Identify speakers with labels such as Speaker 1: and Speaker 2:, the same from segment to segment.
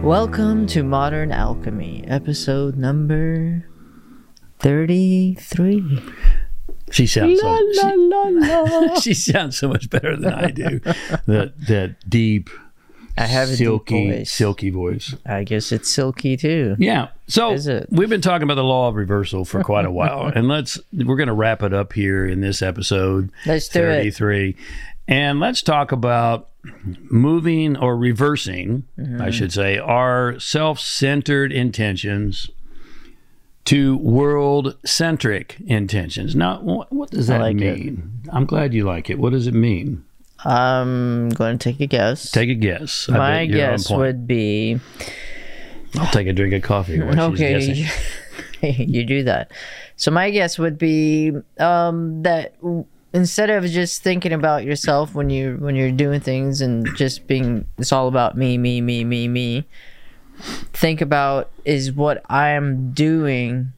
Speaker 1: Welcome to Modern Alchemy, episode number 33.
Speaker 2: She sounds so, she,
Speaker 1: la, la.
Speaker 2: she sounds so much better than I do. that that deep,
Speaker 1: I have a
Speaker 2: silky,
Speaker 1: deep voice.
Speaker 2: silky voice.
Speaker 1: I guess it's silky too.
Speaker 2: Yeah. So
Speaker 1: Is it?
Speaker 2: we've been talking about the law of reversal for quite a while, and let's we're going to wrap it up here in this episode
Speaker 1: Let's do it.
Speaker 2: 33. And let's talk about moving or reversing,
Speaker 1: Mm-hmm.
Speaker 2: I should say, our self centered intentions to world centric intentions. Now, wh- what does that
Speaker 1: like it.
Speaker 2: mean? I'm glad you like it. What does it mean?
Speaker 1: I'm going to Um, take a guess.
Speaker 2: Take a guess. I
Speaker 1: My
Speaker 2: bet you're on
Speaker 1: guess
Speaker 2: point.
Speaker 1: would be
Speaker 2: I'll take a drink of coffee while
Speaker 1: okay.
Speaker 2: she's guessing.
Speaker 1: you do that. So my guess would be um, that w- instead of just thinking about yourself when you when you're doing things and just being it's all about me me me me me, think about is what I am doing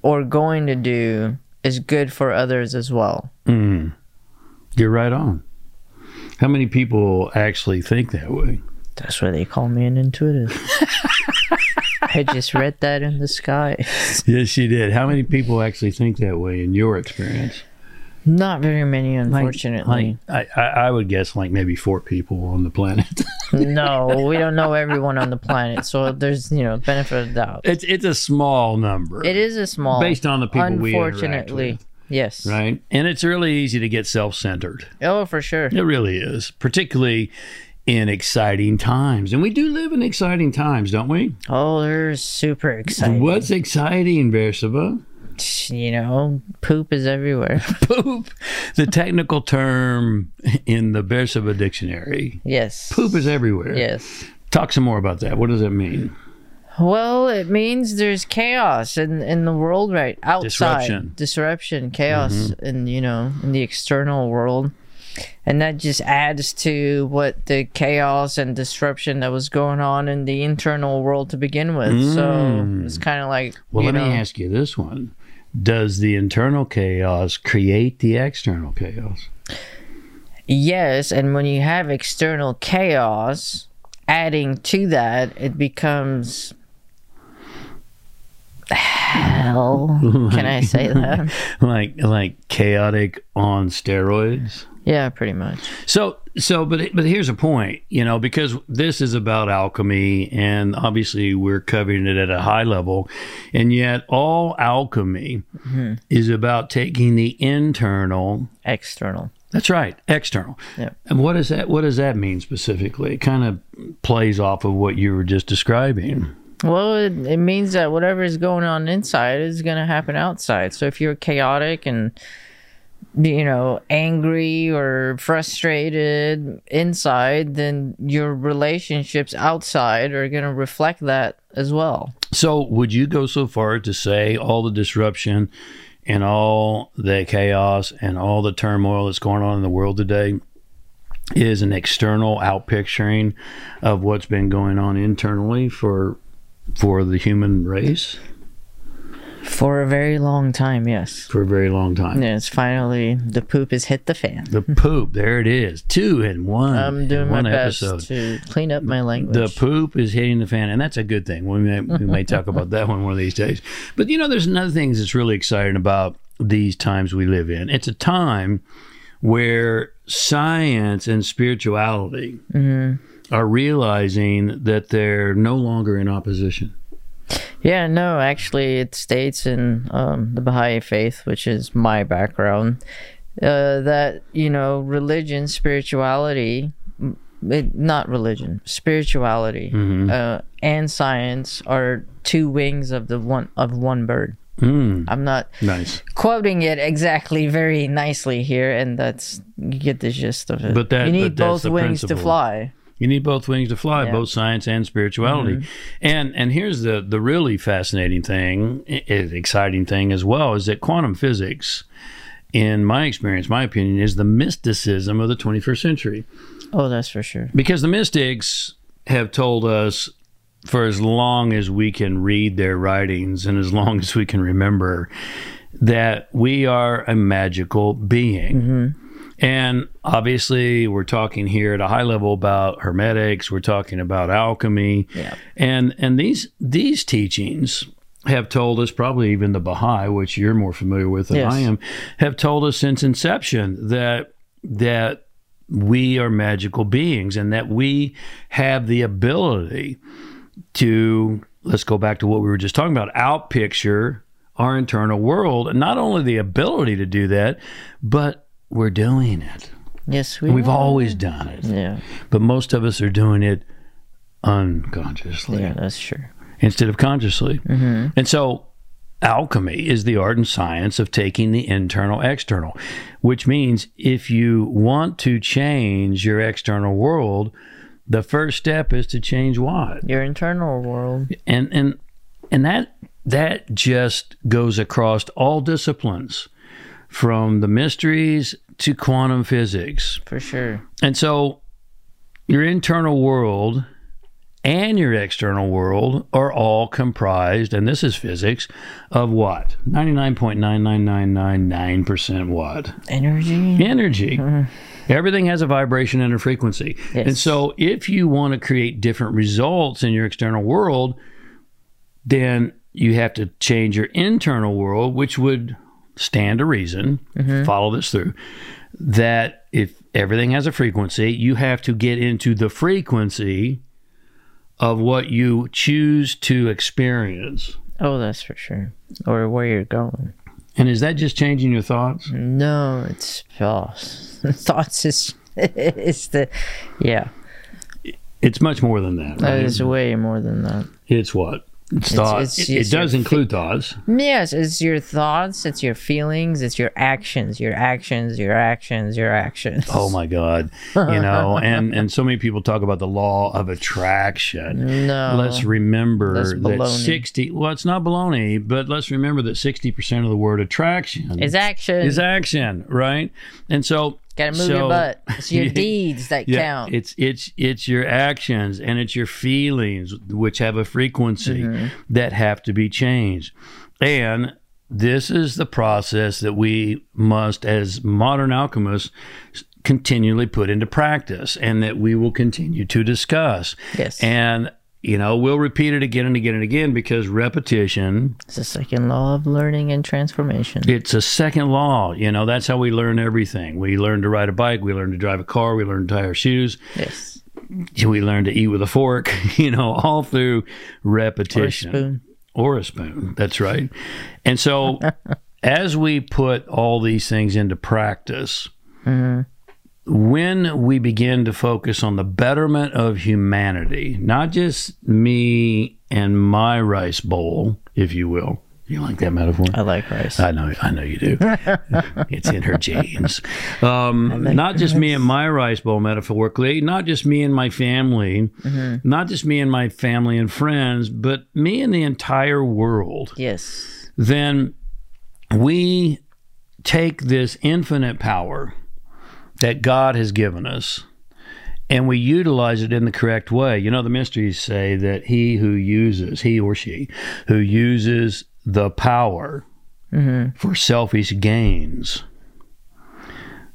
Speaker 1: or going to do is good for others as well.
Speaker 2: Mm. You're right on. How many people actually think that way?
Speaker 1: That's why they call me an intuitive. I just read that in the sky.
Speaker 2: Yes, she did. How many people actually think that way in your experience?
Speaker 1: Not very many, unfortunately.
Speaker 2: like I, I, I would guess like maybe four people on the planet.
Speaker 1: No, we don't know everyone on the planet, so there's you know benefit of the doubt.
Speaker 2: it's it's a small number.
Speaker 1: It is a small,
Speaker 2: based on the people we interact
Speaker 1: unfortunately,
Speaker 2: with,
Speaker 1: yes.
Speaker 2: right, and it's really easy to get self-centered.
Speaker 1: Oh, for sure.
Speaker 2: It really is, particularly in exciting times, and we do live in exciting times, don't we?
Speaker 1: Oh, they're super excited.
Speaker 2: What's exciting, Beersheba?
Speaker 1: You know, poop is everywhere.
Speaker 2: poop, the technical term in the Beersheba dictionary.
Speaker 1: Yes.
Speaker 2: Poop is everywhere.
Speaker 1: Yes.
Speaker 2: Talk some more about that. What does that mean?
Speaker 1: Well, it means there's chaos in in the world right outside.
Speaker 2: Disruption. Mm-hmm.
Speaker 1: Disruption, chaos, in you know, in the external world. And that just adds to what the chaos and disruption that was going on in the internal world to begin with. So it's kind of like
Speaker 2: Mm. Well,
Speaker 1: you
Speaker 2: let
Speaker 1: know,
Speaker 2: me ask you this one. Does the internal chaos create the external chaos?
Speaker 1: Yes, and when you have external chaos, adding to that, it becomes hell. Can I say that?
Speaker 2: Like like chaotic on steroids?
Speaker 1: Yeah, pretty much.
Speaker 2: So so but but here's a point, you know, because this is about alchemy and obviously we're covering it at a high level and yet all alchemy is about taking the internal
Speaker 1: External.
Speaker 2: That's right, external.
Speaker 1: Yeah.
Speaker 2: And what is that? What does that mean specifically? It kind of plays off of what you were just describing.
Speaker 1: Well, it, it means that whatever is going on inside is going to happen outside. So if you're chaotic and you know angry or frustrated inside, then your relationships outside are going to reflect that as well.
Speaker 2: So, would you go so far to say all the disruption and all the chaos and all the turmoil that's going on in the world today is an external outpicturing of what's been going on internally for for the human race
Speaker 1: For a very long time, yes.
Speaker 2: for a very long time?
Speaker 1: Yes, finally the poop has hit the fan.
Speaker 2: The poop, there it is, two in one.
Speaker 1: I'm
Speaker 2: in
Speaker 1: doing my
Speaker 2: one
Speaker 1: best
Speaker 2: episode.
Speaker 1: to clean up my
Speaker 2: The
Speaker 1: language.
Speaker 2: poop is hitting the fan, and that's a good thing. We may we may talk about that one one of these days. But you know, there's another thing that's really exciting about these times we live in. It's a time where science and spirituality are realizing that they're no longer in opposition.
Speaker 1: yeah, no, actually, it states in um, the Baha'i faith, which is my background, uh, that you know, religion, spirituality, m- it, not religion, spirituality,
Speaker 2: Mm-hmm.
Speaker 1: uh, and science are two wings of the one of one bird.
Speaker 2: Mm,
Speaker 1: I'm not
Speaker 2: nice,
Speaker 1: quoting it exactly very nicely here, and that's you get the gist of it.
Speaker 2: But that-
Speaker 1: you
Speaker 2: but
Speaker 1: need
Speaker 2: that's
Speaker 1: both
Speaker 2: the
Speaker 1: wings to
Speaker 2: principle.
Speaker 1: fly.
Speaker 2: You need both wings to fly, both science and spirituality. And and here's the the really fascinating thing, i- i- exciting thing as well, is that quantum physics, in my experience, my opinion, is the mysticism of the 21st century
Speaker 1: Oh, that's for sure.
Speaker 2: because the mystics have told us for as long as we can read their writings and as long as we
Speaker 1: Mm-hmm.
Speaker 2: can remember that we are a magical being And obviously, we're talking here at a high level about hermetics. We're talking about alchemy,
Speaker 1: Yeah.
Speaker 2: and and these these teachings have told us probably even the Baha'i, which you're more familiar with than
Speaker 1: Yes.
Speaker 2: I am, have told us since inception that that we are magical beings and that we have the ability to let's go back to what we were just talking about outpicture our internal world and not only the ability to do that but we're doing it
Speaker 1: Yes, we
Speaker 2: we've
Speaker 1: are.
Speaker 2: always done it
Speaker 1: Yeah,
Speaker 2: but most of us are doing it unconsciously
Speaker 1: yeah, that's true.
Speaker 2: instead of consciously and so alchemy is the art and science of taking the internal external which means if you want to change your external world the first step is to change what
Speaker 1: Your internal world.
Speaker 2: and and and that that just goes across all disciplines from the mysteries to quantum physics
Speaker 1: For sure.
Speaker 2: and so your internal world and your external world are all comprised and this is physics of what 99.99999% what
Speaker 1: Energy.
Speaker 2: energy. Everything has a vibration and a frequency.
Speaker 1: Mm-hmm. Yes.
Speaker 2: And so, if you want to create different results in your external world, then you have to change your internal world, which would stand to reason,
Speaker 1: Mm-hmm.
Speaker 2: follow this through, that if everything has a frequency, you have to get into the frequency of what you choose to experience.
Speaker 1: Oh, that's for sure. Or where you're going.
Speaker 2: And is that just changing your thoughts?
Speaker 1: Mm-hmm. No, it's thoughts. thoughts is it's the yeah.
Speaker 2: It's much more than that.
Speaker 1: That
Speaker 2: right?
Speaker 1: is way more than that.
Speaker 2: It's what? It's thoughts.
Speaker 1: it's-
Speaker 2: it, it
Speaker 1: it's your
Speaker 2: does
Speaker 1: fe-
Speaker 2: include thoughts.
Speaker 1: Yes, it's your thoughts, it's your feelings, it's your actions, your actions, your actions, your actions.
Speaker 2: Oh my God. You know, and, and so many people talk about the law of attraction.
Speaker 1: no.
Speaker 2: Let's remember
Speaker 1: That's
Speaker 2: that
Speaker 1: baloney.
Speaker 2: 60, well, it's not baloney, but let's remember that 60% of the word attraction
Speaker 1: it's action.
Speaker 2: is action, right? And so,
Speaker 1: Gotta move
Speaker 2: so-
Speaker 1: your butt. It's your
Speaker 2: Yeah.
Speaker 1: deeds that
Speaker 2: yeah,
Speaker 1: count.
Speaker 2: it's it's it's your actions and it's your feelings which have a frequency that have to be changed. And this is the process that we must as modern alchemists continually put into practice and that we will continue to discuss.
Speaker 1: yes.
Speaker 2: And you know, we'll repeat it again and again and again because repetition
Speaker 1: it's the second law of learning and transformation.
Speaker 2: it's a second law. You know, that's how we learn everything. We learn to ride a bike, we learn to drive a car, we learn to tie our shoes,
Speaker 1: Yes.
Speaker 2: we learn to eat with a fork, you know, all through
Speaker 1: Or a
Speaker 2: repetition.
Speaker 1: spoon.
Speaker 2: Or a spoon. That's right. And so, as we put all these things into practice,
Speaker 1: Mm-hmm.
Speaker 2: when we begin to focus on the betterment of humanity, not just me and my rice bowl, if you will. You like that metaphor?
Speaker 1: I like rice.
Speaker 2: I know, I know you do. it's in her genes. Um, not just me and my rice bowl, metaphorically. Not just me and my family. Not just me and my family and friends, but me and the entire world.
Speaker 1: yes.
Speaker 2: Then we take this infinite power that God has given us. And we utilize it in the correct way. You know, the mysteries say that he who uses, he or she, who uses the power for selfish gains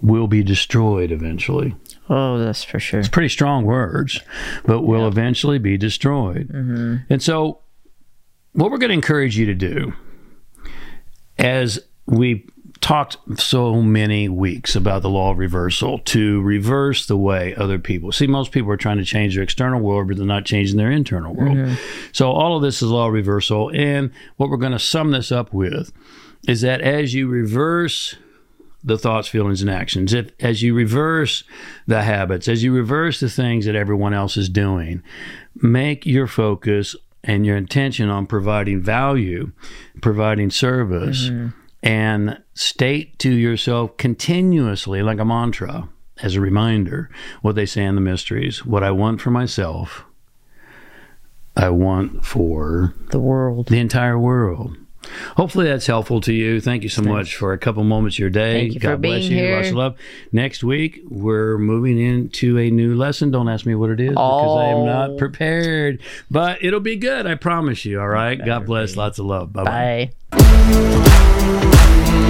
Speaker 2: will be destroyed eventually.
Speaker 1: Oh, that's for sure.
Speaker 2: Pretty strong words, but will eventually be destroyed. And so, what we're going to encourage you to do, as we talked so many weeks about the law of reversal, to reverse the way other people see, most people are trying to change their external world, but they're not changing their internal world. So, all of this is law of reversal. And what we're going to sum this up with is that as you reverse the thoughts, feelings, and actions. If as you reverse the habits, as you reverse the things that everyone else is doing, make your focus and your intention on providing value, providing service, and state to yourself continuously, like a mantra, as a reminder, what they say in the mysteries. What I want for myself, I want for
Speaker 1: The world.
Speaker 2: the entire world. Hopefully that's helpful to you. Thank you so much for a couple moments of your day.
Speaker 1: Thank you
Speaker 2: God
Speaker 1: for
Speaker 2: bless
Speaker 1: being
Speaker 2: you.
Speaker 1: here.
Speaker 2: Lots of love. Next week we're moving into a new lesson. Don't ask me what it is because I am
Speaker 1: Oh.
Speaker 2: not prepared. But it'll be good, I promise you. All right. God bless. Lots of love. Bye bye.
Speaker 1: Bye.